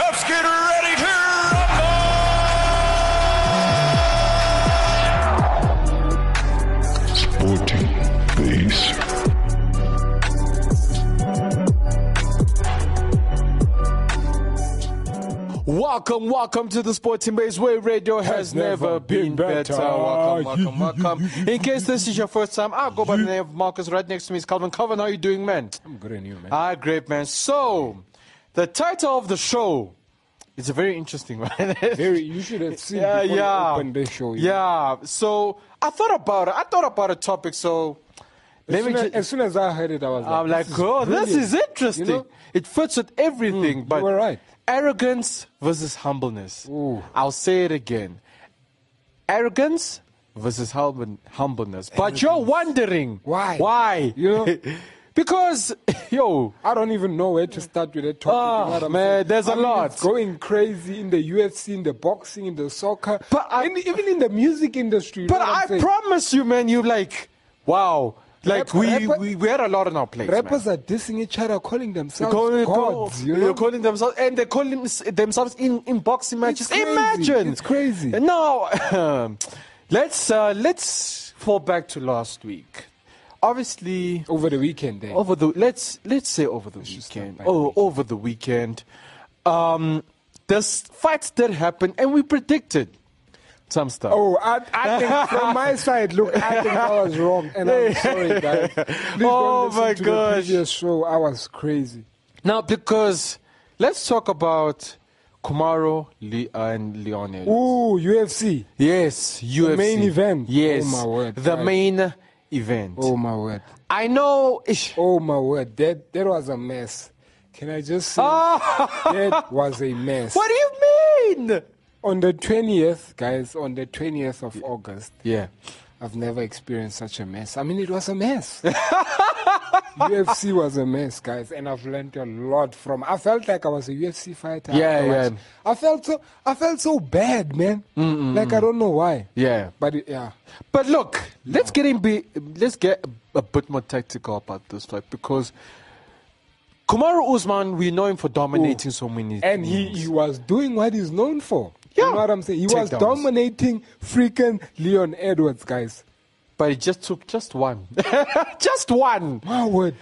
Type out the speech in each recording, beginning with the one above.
let's get ready to rumble! Sporting base. Welcome, welcome to the Sporting Base where radio has, never, been, better. Welcome, welcome, welcome. In case this is your first time, I'll go by the name of Marcus. Right next to me is Calvin. Calvin, how are you doing, man? I'm good and you, man. Ah, great, man. So, the title of the show is a very interesting one. Very, you should have seen yeah, before yeah. you opened this show. you know. yeah. So, I thought about it. I thought about a topic, so As let me soon as, ju- as soon as I heard it, I was like, I'm like, this oh, brilliant." this is interesting. You know? Mm, It fits with everything. but were right. arrogance versus humbleness. Ooh. I'll say it again. Arrogance versus humble, humbleness. But you're wondering Why? Why? You know? because yo, I don't even know where to start with that topic. Ah, you know what I'm man, saying? there's a I mean, lot. It's going crazy in the UFC, in the boxing, in the soccer, But I- in, even in the music industry. you but know what I'm I saying? promise you, man, you like, wow, like Rap- we, rapper- we we had a lot on our plate. man. rappers are dissing each other, calling th They're themselves calling, gods. You they're know? calling themselves, and they're calling s- themselves in, in boxing matches. crazy. Imagine, It's crazy. Now, let's uh, let's fall back to last week. Obviously, over the weekend, eh? then. over the let's let's say over the weekend. by the Oh, over the weekend, um, there's fights that happened, and we predicted some stuff. Oh, I, I think from my side, look, I think I was wrong, and I'm sorry, guys. Please Oh, don't listen my to gosh. The previous show, I was crazy. Now, because let's talk about Kumaro Le- and Leonel. Ooh, UFC. Yes, UFC. main event. Yes. Oh, my word. The Right. main event. Oh my word. I know. Ish. Oh my word. That that was a mess. Can I just say that was a mess? Ah! What do you mean? On the twentieth, guys. On the twentieth of August, Yeah. I've never experienced such a mess. I mean, it was a mess. UFC was a mess, guys, and I've learned a lot from. I felt like I was a UFC fighter. Yeah, afterwards. yeah. I felt so. I felt so bad, man. Like I don't know why. Yeah. But it, yeah, But look, let's get in be, let's get a, a bit more tactical about this fight because Kumaro Usman, we know him for dominating so many and he, he was doing what he's known for. Yeah. You know what I'm saying? He was Takedowns. dominating freaking Leon Edwards, guys. but he just took just one. just one. My word.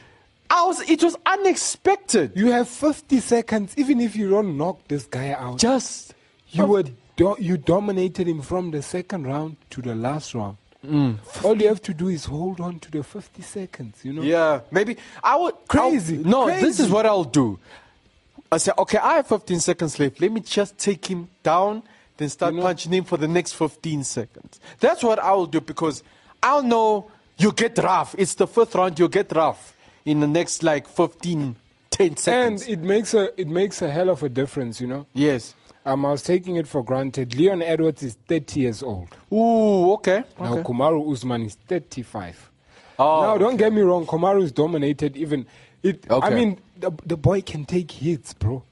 I was it was unexpected. You have 50 seconds, even if you don't knock this guy out. Just you were do- you dominated him from the second round to the last round. Mm. All you have to do is hold on to the 50 seconds, you know? Yeah, maybe I would. Crazy, I'll- no, this crazy. is what I'll do. I say, okay, I have 15 seconds left. Let me just take him down, then start punching him for the next 15 seconds. That's what I will do because I'll know you get rough. It's the fifth round. You get rough in the next like 15, 10 And seconds. it makes a it makes a hell of a difference, you know. yes. Um, I was taking it for granted. Leon Edwards is 30 years old. Ooh. Okay. Now okay. Kumaru Usman is 35. Oh, now don't get me wrong, Kumaru is dominated. Even it. I Okay. mean, the, the boy can take hits, bro.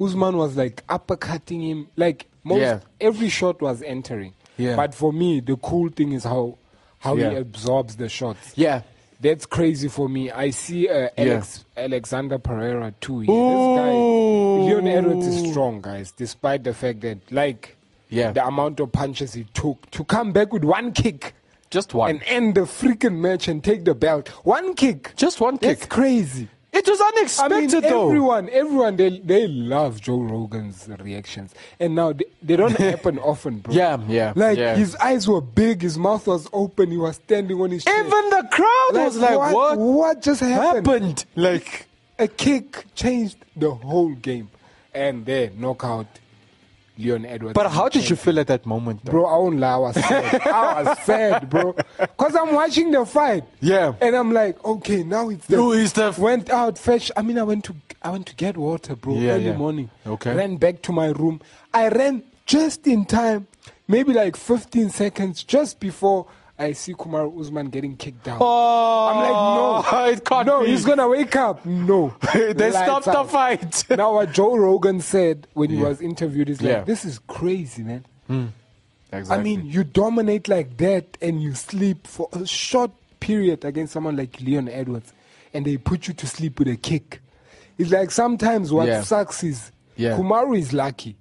Usman was like uppercutting him, like most Yeah. every shot was entering. Yeah. But for me, the cool thing is how how he Yeah. absorbs the shots. Yeah. That's crazy for me. I see uh, Alex, Alexander Pereira too. here. This guy, Ooh. Leon Edwards is strong, guys, despite the fact that, like, Yeah. the amount of punches he took to come back with one kick Just one. and end the freaking match and take the belt. One kick. Just one That's kick. crazy. it was I unexpected mean, though. everyone, everyone, they, they love Joe Rogan's reactions. And now they, they don't happen often, bro. Yeah, yeah, Like, yeah. his eyes were big, his mouth was open, he was standing on his chair. Even the crowd was like, "What, what? What just happened? happened?" Like. A kick changed the whole game. And there, knockout, Leon Edwards. But how did you feel at that moment, though? Bro, I won't lie, I was sad. I was sad, bro. Because I'm watching the fight. Yeah. And I'm like, okay, now it's the. Who is the- Went out, fetch. I mean, I went to I went to get water, bro, Yeah, early yeah. morning. Okay. Ran back to my room. I ran just in time, maybe like 15 seconds just before I see Kumar Usman getting kicked down. Oh, I'm like, no, it can't no, be. he's gonna wake up. No, they Lights stopped the out. fight. now, what Joe Rogan said when he was interviewed is like, Yeah. this is crazy, man. I Exactly. mean, you dominate like that and you sleep for a short period against someone like Leon Edwards and they put you to sleep with a kick. It's like sometimes what Yeah. sucks is Yeah. Kumaru is lucky.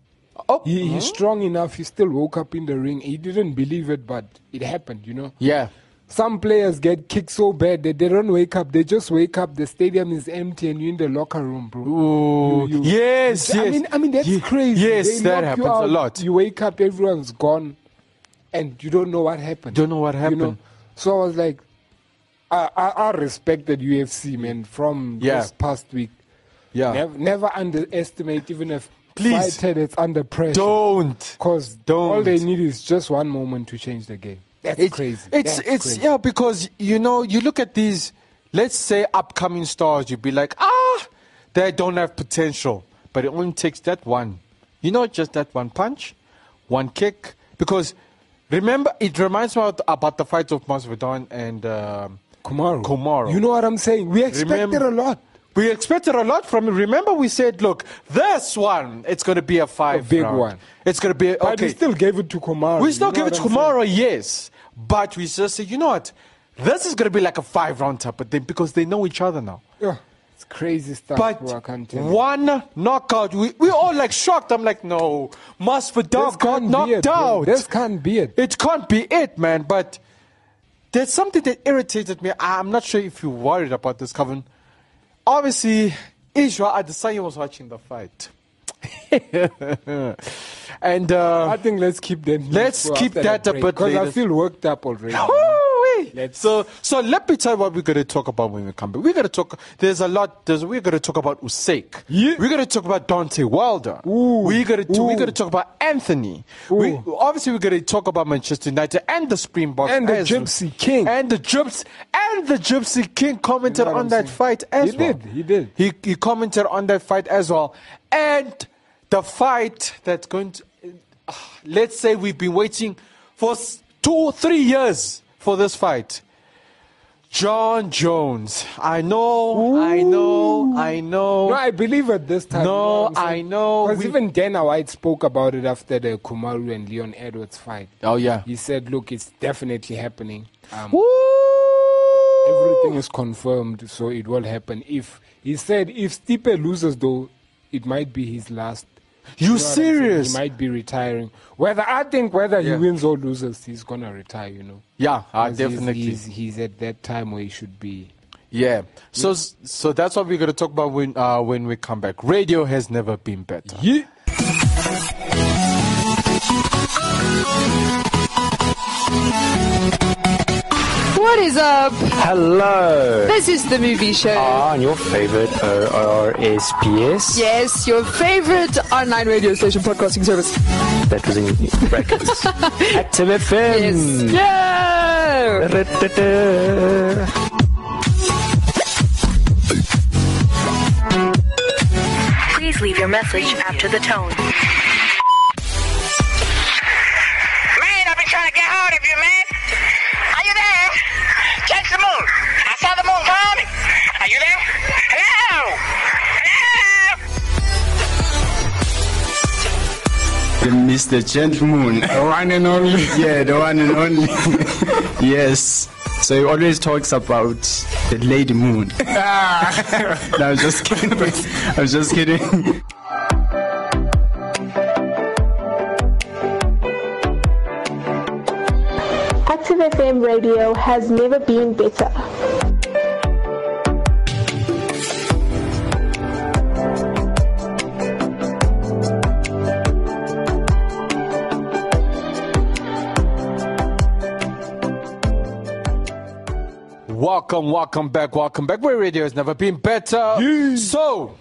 Oh. He, He's strong enough, he still woke up in the ring. He didn't believe it, but it happened, you know? yeah. Some players get kicked so bad that they don't wake up. They just wake up, the stadium is empty, and you're in the locker room, bro. Ooh. You- you- yes, I yes. mean, I mean that's Ye- crazy. Yes, They that knock you happens a out, lot. You wake up, everyone's gone, and you don't know what happened. Don't know what happened. So I was like, I, I, I respected UFC man from Yeah. this past week. yeah. Never, never underestimate even if Please. fighter that's under pressure. Don't. Because Don't. all they need is just one moment to change the game. That's It's crazy. It's That's it's crazy. yeah because you know you look at these, let's say upcoming stars, you'd be like ah, they don't have potential, but it only takes that one, you know, just that one punch, one kick. Because remember, it reminds me about, about the fight of Masvidal and um, Kumaro. Kumaro. You know what I'm saying? We expected Remember- a lot. We expected a lot from him. Remember, we said, look, this one, it's going to be a five, big round. one. It's going to be But okay. we still gave it to Kumaro. We still You know give it what I'm saying? tomorrow, yes. But we just say, you know what? This is going to be like a five round type of thing because they know each other now. Yeah, it's crazy stuff. But bro, I can't tell you. one knockout, we, we all like shocked. I'm like, no, This Masvidal got can't be it, knocked bro. out. This can't be it. It can't be it, man. But there's something that irritated me. I- I'm not sure if you're worried about this, Coven. Obviously, Israel Adesanya was watching the fight. and uh, I think let's keep that. news Let's for keep after that a break, bit because I later. feel worked up already. Hoo-wee. Let's- So so let me tell you what we're gonna talk about when we come back. We're gonna talk there's a lot there's we're gonna talk about Usyk. Yeah. We're gonna talk about Dante Wilder. Ooh. We're gonna t- we're Ooh. gonna talk about Anthony. We, Ooh. obviously we're gonna talk about Manchester United and the Springboks And the as- Gypsy King. And the Gypsy and the Gypsy King commented You know what on I'm that saying? fight as He well. did, he did. He he commented on that fight as well. And the fight that's going to Ah, let's say we've been waiting for s- two, three years for this fight. John Jones. I know, I know, I know. No, I believe it this time. No, I know. Because We- even Dana White spoke about it after the Kumaru and Leon Edwards fight. Oh, yeah. He said, "Look, it's definitely happening. Um, Woo! everything is confirmed, so it will happen." If he said, "If Stipe loses, though, it might be his last." You know what I'm saying? serious? He might be retiring. Whether I think whether Yeah. he wins or loses, he's gonna retire. You know. Yeah, I Because definitely. He's, he's, he's at that time where he should be. yeah. So, so that's what we're gonna talk about when uh, when we come back. Radio has never been better. What is up? Hello. This is the movie show. Ah, and your favorite ORSPS? yes, your favorite online radio station podcasting service. That was in brackets. Active Yes. FM. Yeah! Da-da-da. Please leave your message after the tone. Man, I've been trying to get hold of you, man. Are you there? Catch the moon. I saw the moon coming. Are you there? Hello? Hello? Mr. Gentleman. The one and only. Yeah, the one and only. yes. So he always talks about the lady moon. Ah. no, I'm just kidding. I'm just kidding. Active FM radio has never been better. Welcome, welcome back, welcome back. Where radio has never been better. So,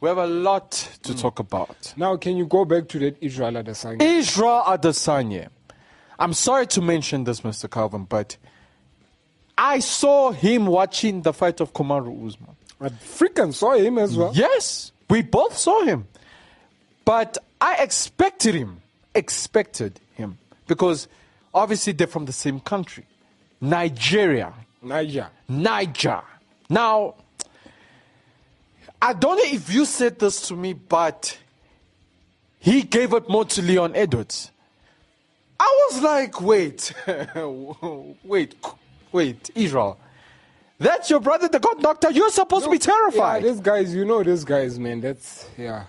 we have a lot to talk about. Now, can you go back to that Israel Adesanya? Israel Adesanya. I'm sorry to mention this, Mr. Calvin, but I saw him watching the fight of Kamaru Usman. I freaking saw him as well. Yes, we both saw him. But I expected him, expected him, because obviously they're from the same country. Nigeria. Niger. Niger. Now, I don't know if you said this to me, but he gave it more to Leon Edwards. I was like, wait, wait, wait, Israel. That's your brother that got knocked out. You're supposed to be terrified. Yeah, these guys, you know these guys, man. That's yeah.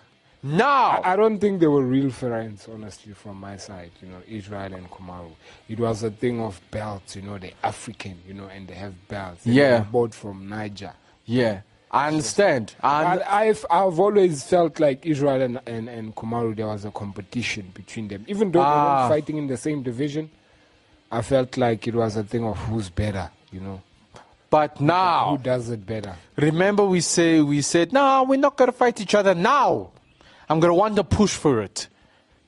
Now, I, I don't think they were real friends, honestly, from my side. You know, Israel and Kumaru. It was a thing of belts. You know, they're African. You know, and they have belts. And Yeah. they're both from Niger. yeah, I understand. I, And I've I've always felt like Israel and, and, and Kumaru there was a competition between them. Even though they Ah. weren't fighting in the same division, I felt like it was a thing of who's better, you know. but now, Who does it better? Remember, we say we said, no, we're not gonna fight each other now. I'm gonna want to push for it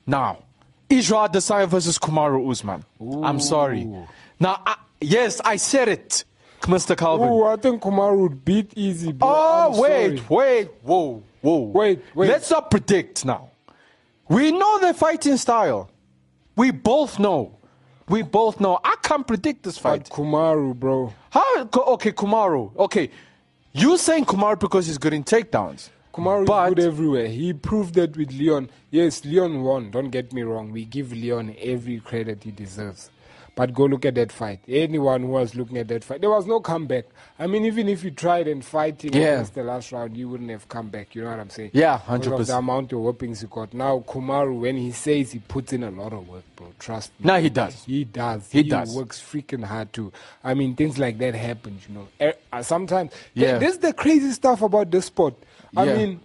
now. Israel Adesanya versus Kumaru Usman. I'm sorry. Now, I, yes, I said it, Mr. Calvin. Oh, I think Kumaru would beat easy. Bro. Oh, I'm wait, sorry. wait, whoa, whoa. Wait, wait. Let's not predict now. We know their fighting style. We both know. We both know. I can't predict this But fight. Kumaru, bro. How? co- Okay, Kumaru. Okay. You saying Kumaru because he's good in takedowns. Kumaru But- is good everywhere. He proved that with Leon. Yes, Leon won. Don't get me wrong. We give Leon every credit he deserves. But go look at that fight. Anyone who was looking at that fight, there was no comeback. I mean, even if you tried and fighting Yeah. against the last round, you wouldn't have come back. You know what I'm saying? Yeah, Because of 100%. The amount of whoopings he got. Now, Kumaru, when he says he puts in a lot of work, bro, trust me. No, he does. He does. He does. works freaking hard too. I mean, things like that happen, you know. Eh, uh, Sometimes, Yeah. yeah. this is the crazy stuff about this sport. I Yeah. mean,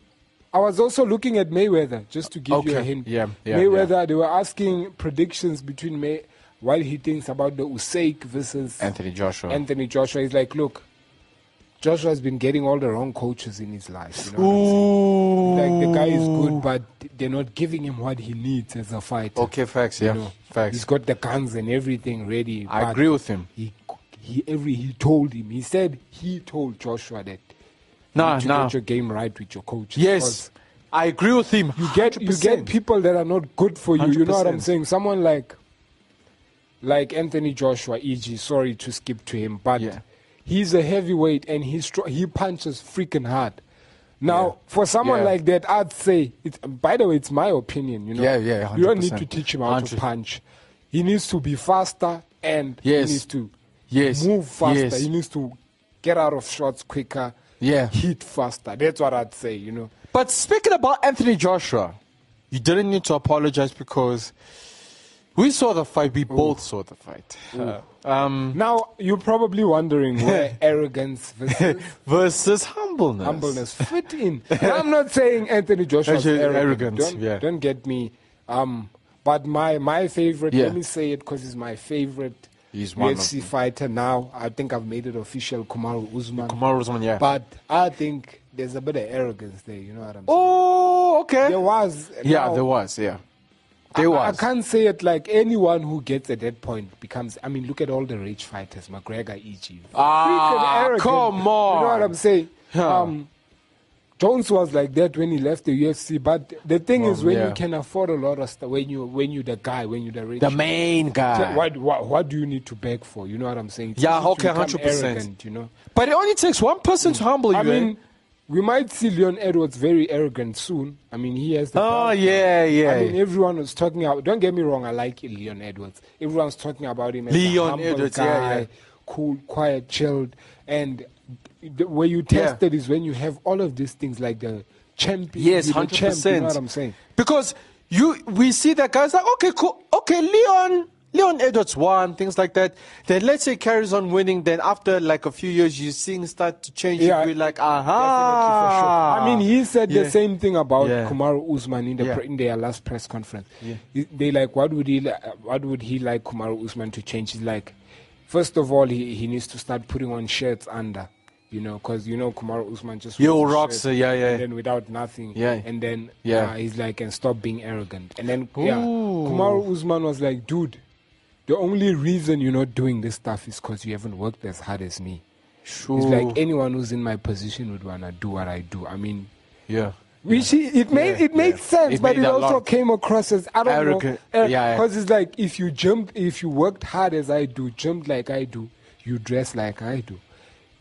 I was also looking at Mayweather just to give you a Okay. hint. Yeah, yeah, Mayweather, they were asking predictions between May while he thinks about the Usyk versus Anthony Joshua. Anthony Joshua. He's like, look, Joshua's been getting all the wrong coaches in his life. You know what I'm saying? Ooh. Like the guy is good, but they're not giving him what he needs as a fighter. Okay, facts, yeah. You know, facts. He's got the guns and everything ready. I but agree with him. He, he, every, he told him. He said he told Joshua that. Nah, you need to nah. get your game right with your coach. Yes. I agree with him. you get you 100%. get people that are not good for you. You know what I'm 100%. saying? Someone like, like Anthony Joshua, e.g. Sorry to skip to him, but Yeah. he's a heavyweight and he str- he punches freaking hard. Now, for someone Yeah. like that, I'd say. It, by the way, it's my opinion. You know, Yeah, yeah, you don't need 100%. to teach him how to 100. punch. He needs to be faster and Yes. he needs to Yes. move faster. Yes. He needs to get out of shots quicker. Yeah. hit faster. That's what I'd say. You know. But speaking about Anthony Joshua, you didn't need to apologize because we saw the fight. We both saw the fight. Um, Now you're probably wondering where arrogance versus versus humbleness. humbleness fit in. Now, I'm not saying Anthony Joshua's Actually, arrogant. arrogant, Don't, yeah. don't get me. Um, but my my favorite. Yeah. Let me say it because he's my favorite He's one of UFC them. fighter now. I think I've made it official. Kamaru Usman. Kamaru Usman, yeah. But I think there's a bit of arrogance there. You know what I'm saying? Oh, okay. There was. yeah, now- there was. Yeah, there I- was. I can't say it like anyone who gets at that point becomes. I mean, look at all the rage fighters, McGregor, e.g. Ah, Freaking arrogant. come You know on. what I'm saying? Huh. Um, Jones was like that when he left the UFC. But the thing is, Well, when yeah. you can afford a lot of stuff, when you when you the guy, when you the rich, the main guy. so what, what what do you need to beg for? You know what I'm saying? It's Yeah, easy to okay, become 100%. arrogant, You know. But it only takes one person to humble you. I eh? mean, we might see Leon Edwards very arrogant soon. I mean, he has the. Oh, belt now. yeah, yeah. I mean, everyone was talking about. Don't get me wrong. I like Leon Edwards. Everyone's talking about him. As Leon a humble Edwards, yeah, guy, yeah. Cool, quiet, chilled, and the, where you Yeah. tested is when you have all of these things like the champion. Yes, you know, hundred champ, percent. You know what I'm saying? Because you, we see that guys like, okay, cool, okay, Leon, Leon Edwards won, things like that. Then let's say carries on winning. Then after like a few years, you seeing start to change. Yeah, you're like, aha. Definitely, for sure. I mean, he said Ah. Yeah. the same thing about Yeah. Kumaru Usman in the Yeah. pre- in their last press conference. Yeah. He- They like, what would he li- uh, what would he like Kumaru Usman to change? He's like, first of all, he, he needs to start putting on shirts under. You know, because you know Kumaru Usman just Yo, wears a rocks, shirt uh, yeah, yeah. and then without nothing, Yeah. and then Yeah. uh, he's like, and stop being arrogant, and then yeah, Ooh. Kumaru Usman was like, dude, the only reason you're not doing this stuff is because you haven't worked as hard as me. Sure. It's like anyone who's in my position would wanna do what I do. I mean, yeah. which i- it made it made yeah. sense, It but made it a also lot. came across as I don't Arrogant. know, eh, Yeah, yeah. because it's like if you jumped, if you worked hard as I do, jumped like I do, you dress like I do.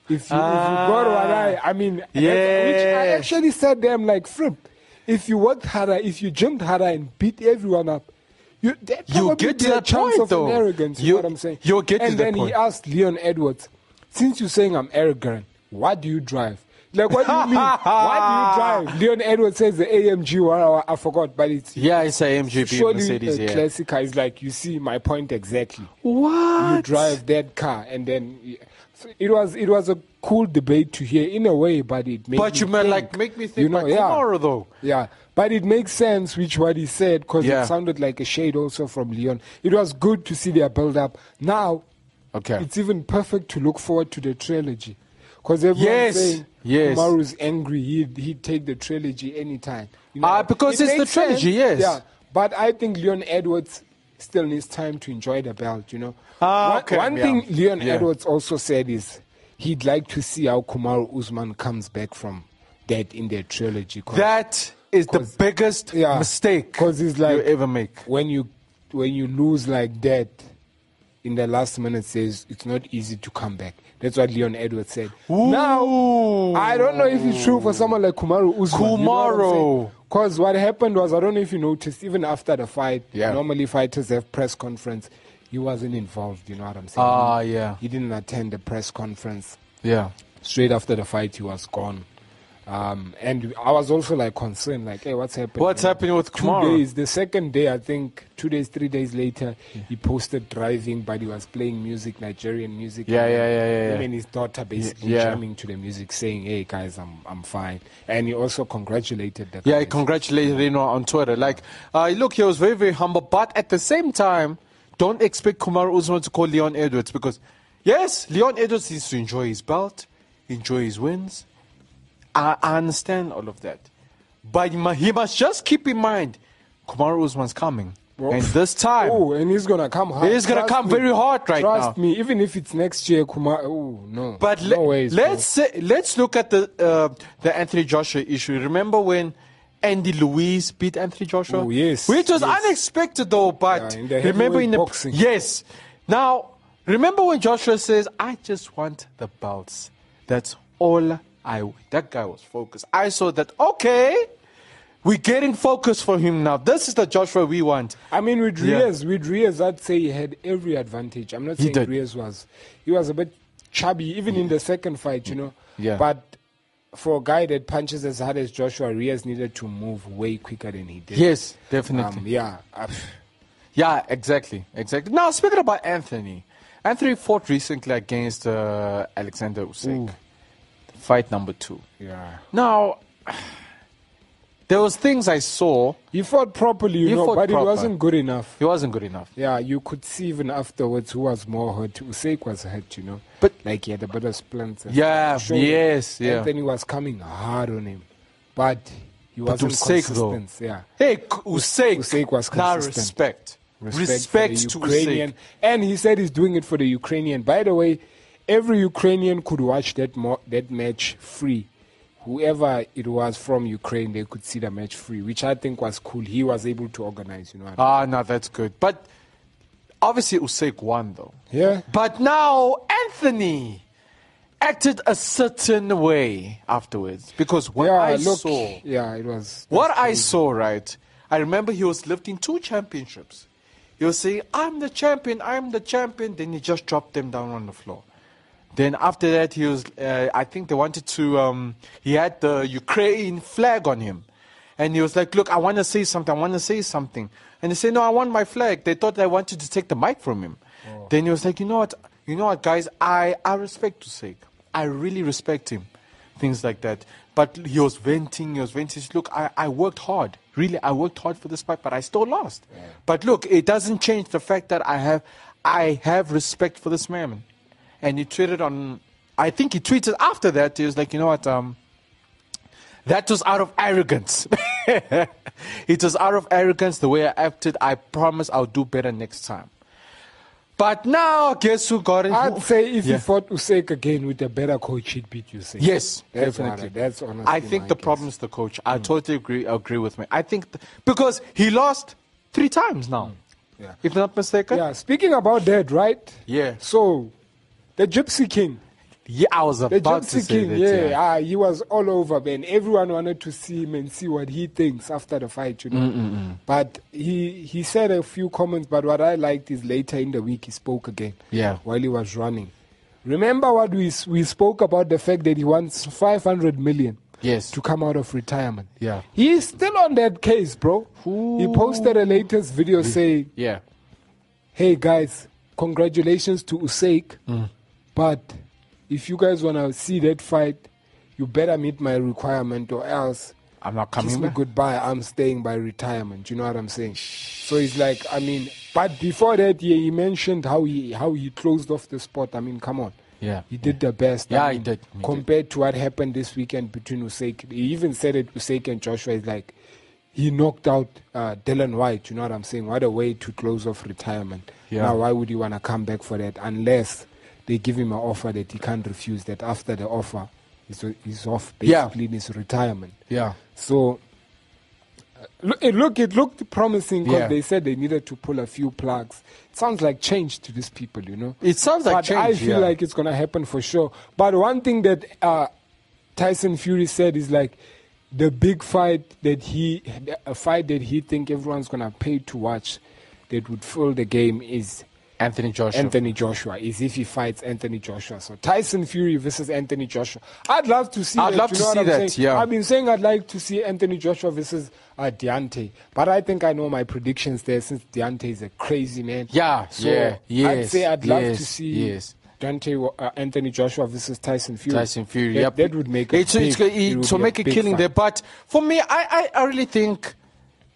If you, if you got what I, I mean, that's- which I Ah, Yes. actually said them like, Fripp, if you worked harder, if you jumped harder and beat everyone up, you, that You probably get be to a that chance point, of an though. arrogance. You, You- know what I'm saying? you'll get to and that then he point. asked Leon Edwards, since you're saying I'm arrogant, why do you drive? Like, what do you mean? why do you drive? Leon Edwards says the AMG one, hour, I forgot, but it's Yeah, it's a MGP surely Mercedes. a yeah. classic car. It's like, you see my point exactly What? you drive that car and then so it was it was a cool debate to hear in a way but it made But me you might think, like make me think like tomorrow though. yeah but it makes sense which what he said because Yeah. it sounded like a shade also from Leon it was good to see their build up now Okay. it's even perfect to look forward to the trilogy because everyone's Yes, saying yes. Umaru's angry he'd, he'd take the trilogy anytime you Ah, because it's the makes trilogy, yes. yeah but I think Leon Edwards still needs time to enjoy the belt, you know. Ah, one, okay, one yeah. thing Leon Yeah. Edwards also said is he'd like to see how Kumar Usman comes back from that in their trilogy. 'cause- That is the 'Cause- biggest yeah, mistake 'cause it's like you ever make. when you when you lose like that in the last minute says it's not easy to come back. That's what Leon Edwards said. Now I don't know if it's true for someone like Kumaru Usman. Kamaru. Because what happened was I don't know if you noticed, even after the fight, Yeah. normally fighters have press conference. He wasn't involved, you know what I'm saying? Ah, yeah. He didn't attend the press conference Yeah. straight after the fight he was gone. Um, and I was also like concerned, like, hey, what's happening? What's happening with Two Kamara? days, the second day, I think, two days, three days later, he posted driving, but he was playing music, Nigerian music. Yeah, And yeah, then yeah, yeah, Him yeah. and his daughter basically yeah. jamming to the music, saying, hey, guys, I'm I'm fine. And he also congratulated the Yeah, I guys. congratulated him on Twitter. Like, uh, look, he was very, very humble, but at the same time, don't expect Kumar Usman to call Leon Edwards because, yes, Leon Edwards needs to enjoy his belt, enjoy his wins. I, I understand all of that, but he mu- he must just keep in mind, Kumar Usman's coming, Well, and this time, Oh, and he's gonna come hard. He's gonna Trust come very hard right Trust now. me, even if it's next year, Kumar. Oh no. But no le- ways, bro. let's say, let's look at the uh, the Anthony Joshua issue. Remember when Andy Louise beat Anthony Joshua? Oh, yes, which was yes. unexpected though. But Yeah, in the remember heavyweight in the boxing. yes. Now remember when Joshua says, "I just want the belts. That's all I." w-" That guy was focused. I saw that. Okay. We're getting focus for him now. This is the Joshua we want. I mean, with Yeah. Reyes, with Reyes, I'd say he had every advantage. I'm not He saying did. Reyes was. He was a bit chubby, even in the second fight, you know. Yeah. But for a guy that punches as hard as Joshua, Reyes needed to move way quicker than he did. Yes, definitely. Um, yeah. Uh, Yeah, exactly, exactly. Now speaking about Anthony, Anthony fought recently against uh, Alexander Usyk, fight number two. yeah. Now there was things I saw. He fought properly, you He know, fought but proper. it wasn't good enough. He wasn't good enough. Yeah, you could see even afterwards who was more hurt. Usyk was hurt, you know. But- like he had a bit of splints. and Yeah, stuff. Sure. yes, yeah. Anthony was coming hard on him, but he But wasn't Usyk though, consistent. Yeah. Hey, K- Usyk, Usyk was Now consistent. respect, respect, for the to Ukrainian. Usyk. And he said he's doing it for the Ukrainian. By the way, every Ukrainian could watch that mo- that match free. Whoever it was from Ukraine, they could see the match free, which I think was cool. He was able to organize, you know. what I Ah, no, that's good. But obviously Usyk won though. Yeah. But now Anthony acted a certain way afterwards because what mean? yeah, I look, saw. yeah, it was. What I saw, right? I remember he was lifting two championships. He was saying, "I'm the champion, I'm the champion." Then he just dropped them down on the floor. Then after that, he was. Uh, I think they wanted to. Um, he had the Ukraine flag on him, and he was like, "Look, I want to say something. I want to say something." And he said, "No, I want my flag." They thought I wanted to take the mic from him. Then he was like, "You know what? You know what, guys? I I respect Tusek. I really respect him." things like that. But he was venting, he was venting. Look, I, I worked hard. Really, I worked hard for this fight, but I still lost. But look, it doesn't change the fact that I have I have respect for this man. And he tweeted on I think he tweeted after that, he was like, you know what, um, that was out of arrogance. it was out of arrogance the way I acted. I promise I'll do better next time. But now, guess who got in? I'd who- say if Yeah. he fought Usyk again with a better coach, he'd beat Usyk. Yes, That's definitely. what I- that's honestly. I think my the guess. problem is the coach. I Mm. totally agree. Agree with me. I think th- because he lost three times now, Mm. Yeah. if not mistaken. Yeah, speaking about that, right? Yeah. So The Gypsy King. Yeah, I was The about to Gypsy say King, that. yeah, yeah. Ah, he was all over, man. Everyone wanted to see him and see what he thinks after the fight, you know. But he he said a few comments, but what I liked is later in the week he spoke again. Yeah. While he was running. Remember what we s- we spoke about the fact that he wants 500 million Yes. to come out of retirement. Yeah. He's still on that case, bro. He posted a latest video saying Yeah. hey guys, congratulations to Usyk. Mm. But if you guys wanna see that fight, you better meet my requirement or else I'm not kiss coming me back. goodbye. I'm staying by retirement. You know what I'm saying? So it's like I mean, but before that, yeah, he mentioned how he how he closed off the spot. I mean, come on. Yeah. He did the best. I Yeah, he mean, did. He did. compared to what happened this weekend between Usyk, he even said it. Usyk and Joshua is like he knocked out uh, Dylan White. You know what I'm saying? What a way to close off retirement. Yeah. Now, why would you want to come back for that unless they give him an offer that he can't refuse? That after the offer, he's, he's off Yeah. basically in his retirement. Yeah. So uh, lo- it look it looked promising because Yeah. they said they needed to pull a few plugs. It sounds like change to these people, you know. It sounds like but I change, feel yeah. like it's gonna happen for sure. But one thing that uh, Tyson Fury said is like the big fight that he a fight that he think everyone's gonna pay to watch that would fill the game is Anthony Joshua. Anthony Joshua is if he fights Anthony Joshua. So Tyson Fury versus Anthony Joshua. I'd love to see. I'd it, love you to know what see I'm that, saying? yeah. I've been saying I'd like to see Anthony Joshua versus uh, Deontay, but I think I know my predictions there since Deontay is a crazy man. Yeah, So yeah, I'd yes, say I'd love yes, to see. yes. Deontay, uh, Anthony Joshua versus Tyson Fury. Tyson Fury. That, yep. that would make a it's, big, it's, go- it- it would to be make a big killing there. fight. But for me, I, I, I really think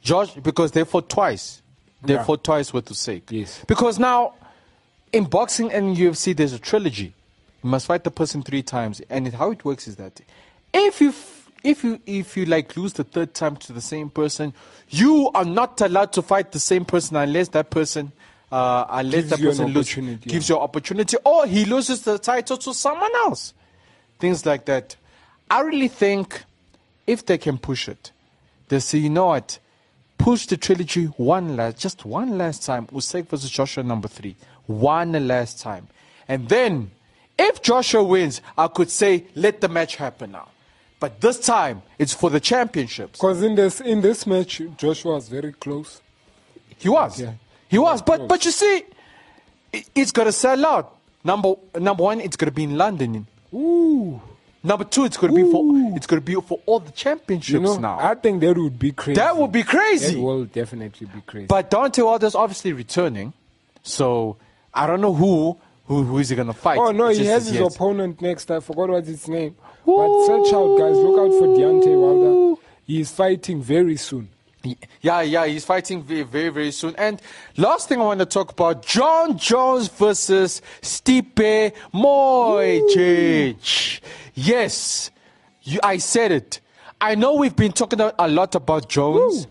Josh because they fought twice. They Yeah. fought twice with Usyk. Yes. Because now in boxing and UFC there's a trilogy. You must fight the person three times, and it- how it works is that if you f- if you if you like lose the third time to the same person, you are not allowed to fight the same person unless that person. Uh, unless Gives that you an person loses, opportunity, gives you an opportunity, or he loses the title to someone else things like that. I really think if they can push it, they say, you know what, push the trilogy one last, just one last time. Usyk versus Joshua number three, one last time, and then if Joshua wins, I could say let the match happen now. But this time it's for the championships. Because in this in this match, Joshua was very close. He was. Yeah. He was. Yeah, But sure. but you see, i- it's gonna sell out. Number number one, it's gonna be in London. Ooh, Number two, it's gonna be for it's gonna be for all the championships you know, now. I think that would be crazy. That would be crazy. That will definitely be crazy. But Dante Wilder's obviously returning, so I don't know who who, who is he gonna fight. Oh no, It's he just has as his yet. opponent next. I forgot what's his name. But search out, guys. Look out for Deontay Wilder. He is fighting very soon. Yeah, yeah, he's fighting very, very, very soon. And last thing I want to talk about: John Jones versus Stipe Miocic. Yes, you, I said it. I know we've been talking a a lot about Jones.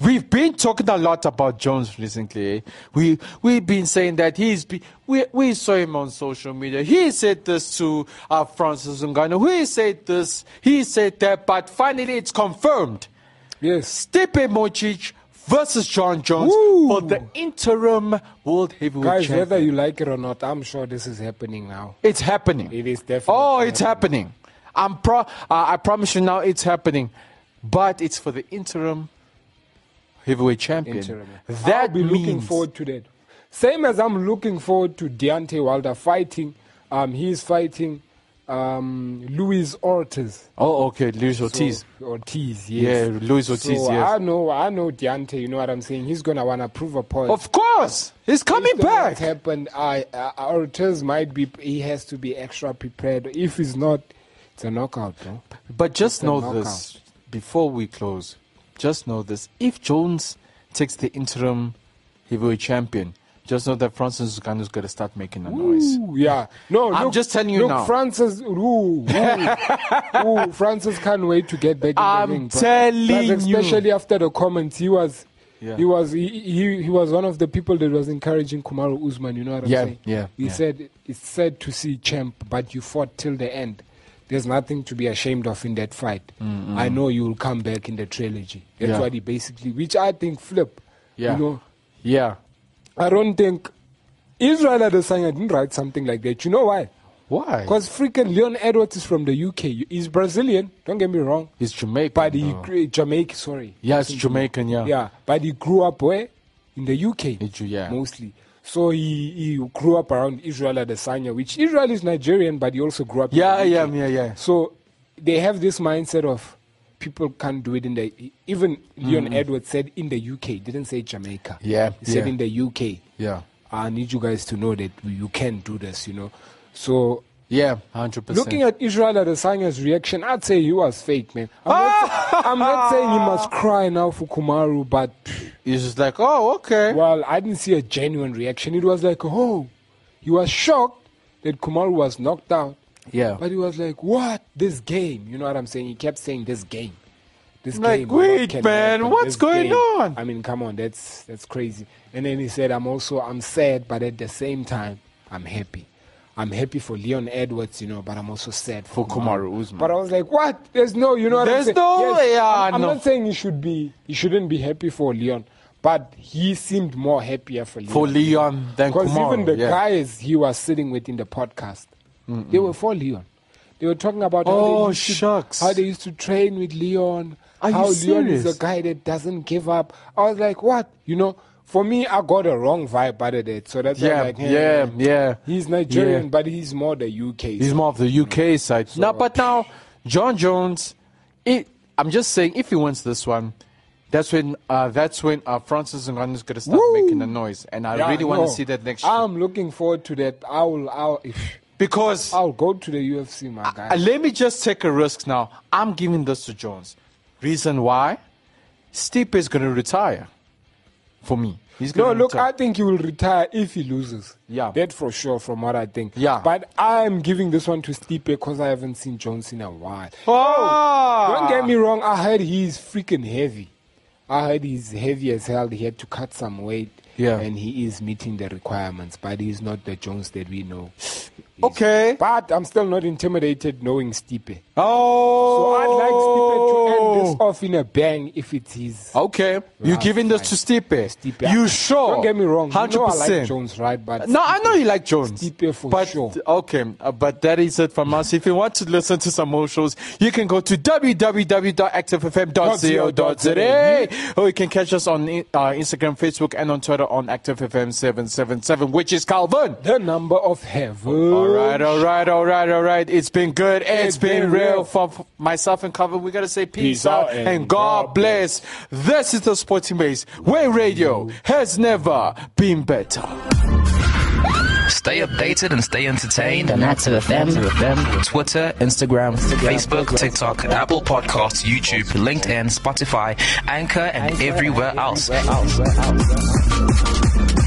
We've been talking a lot about Jones recently. eh? We we've been saying that he's be, we we saw him on social media. He said this to uh, Francis Ngannou. He said this. He said that. But finally, it's confirmed. Yes. Stipe Mocic versus John Jones Woo. for the interim world heavyweight Guys, champion. whether you like it or not, I'm sure this is happening now. it's happening. It is definitely Oh, it's happening. I'm pro. Uh, I promise you now, it's happening. But it's for the interim heavyweight champion. Interim. That I'll be means looking forward to that. Same as I'm looking forward to Deontay Wilder fighting. Um, he is fighting um, Luis Ortiz. Oh, okay, Luis Ortiz. So, Ortiz, Yeah, yes. Luis Ortiz, So yes. I know, I know Deontay. You know what I'm saying? He's gonna wanna prove a point. of course, he's coming Based on back. What happened? I uh, Ortiz might be. He has to be extra prepared. If he's not, it's a knockout, bro. But just It's a know this before we close. Just know this: if Jones takes the interim heavyweight champion, just know that Francis Ngannou's going to start making a noise. Ooh, yeah. No, I'm look- just telling you look, now. Francis. Ooh, ooh, ooh, Francis can't wait to get back in I'm the ring. bro. telling Plus, you. especially after the comments, he was. Yeah. He was he, he he was one of the people that was encouraging Kumaru Usman. You know what I'm Yeah, saying? yeah, He yeah. said it's sad to see champ, but you fought till the end. There's nothing to be ashamed of in that fight. I know you will come back in the trilogy. That's Yeah. what he basically, which I think flip. Yeah. You know, Yeah. I don't think Israel Adesanya didn't write something like that. You know why? Why? Because freaking Leon Edwards is from the UK. He's Brazilian. Don't get me wrong. He's Jamaican. But he though. grew- Jamaican. Sorry. Yeah, it's Jamaican, yeah. Yeah, but he grew up where? In the UK. In Ju- yeah. Mostly. So he, he grew up around Israel Adesanya, which Israel is Nigerian, but he also grew up. in Yeah, the yeah, UK. yeah, yeah. So they have this mindset of people can't do it in the. Even Leon Edwards said in the UK, he didn't say Jamaica. Mm. Yeah, he yeah. said in the UK. Yeah. I need you guys to know that you can do this. You know, so Yeah, 100%. Looking at Israel Adesanya's reaction, I'd say he was fake, man. I'm, not, I'm not saying he must cry now for Kumaru, but He's just like, oh, okay. well, I didn't see a genuine reaction. It was like, oh, he was shocked that Kumaru was knocked out. Yeah. But he was like, what? This game. You know what I'm saying? He kept saying this game. This Like, game. what wait, can man, happen? what's This going game." on? I mean, come on, that's that's crazy. And then he said, I'm also I'm sad, but at the same time, I'm happy. I'm happy for Leon Edwards, you know, but I'm also sad for, For Kamaru Usman. But I was like, what? There's no, you know what There's I'm saying? no- yeah, I'm, I'm no. not saying he should be, he shouldn't be happy for Leon, but he seemed more happier for Leon. For Leon, then Because Kumaro. even the yeah. guys he was sitting with in the podcast, they were for Leon. They were talking about how, Oh, they used to- shucks. how they used to train with Leon. Are you how Leon is serious? a guy that doesn't give up. I was like, what? You know, for me, I got a wrong vibe out of that. So that's why I'm Yeah, like, hey, yeah, man, yeah. He's Nigerian, Yeah. but he's more the UK. He's side. more of the Mm. UK side. now, but now, John Jones, it, I'm just saying, if he wins this one, that's when uh, that's when uh, Francis Ngannou is going to start making a noise, and I Yeah, Um, really want no. to see that next year I'm looking forward to that. I will, I'll, because I'll go to the UFC, my guy. Uh, let me just take a risk now. I'm giving this to Jones. Reason why? Stipe is going to retire. For me, he's No, going look, retire. I think he will retire if he loses. Yeah. That for sure, from what I think. Yeah. But I'm giving this one to Stipe because I haven't seen Jones in a while. Ah! Oh! Don't get me wrong, I heard he's freaking heavy. I heard he's heavy as hell. He had to cut some weight. Yeah. And he is meeting the requirements, but he's not the Jones that we know. He's- Okay. But I'm still not intimidated knowing Stipe. So Oh, I'd like Stipe to end this off in a bang if it is. Okay, you're Last giving this to fight. Stipe. Stipe. You sure? Don't get me wrong. Hundred You know I percent. like Jones, right? But No, I know you like Jones. Stipe for but, sure. Okay, uh, but that is it from us. If you want to listen to some more shows, you can go to www.activefm.co.za or you can catch us on in- uh, Instagram, Facebook, and on Twitter on ActiveFM777, which is Calvin. the number of heaven. All right, all right, all right, all right. It's been good. it's been, been real. real. From from myself and Calvin, we got to say peace, Peace out out and, and God, God bless. This is the Sporting Base, where radio has never been better. Stay updated and stay entertained. The Nats of FM. Twitter, Instagram, Facebook, TikTok, Apple Podcasts, YouTube, LinkedIn, Spotify, Anchor, and everywhere else.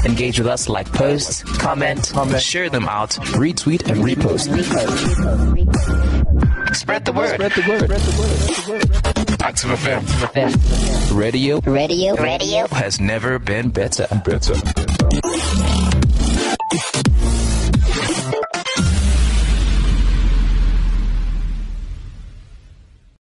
Engage with us like posts, comment, share them out, retweet, and repost. Spread the word. Spread the word. Active FM. Radio Radio. Radio. has never been better.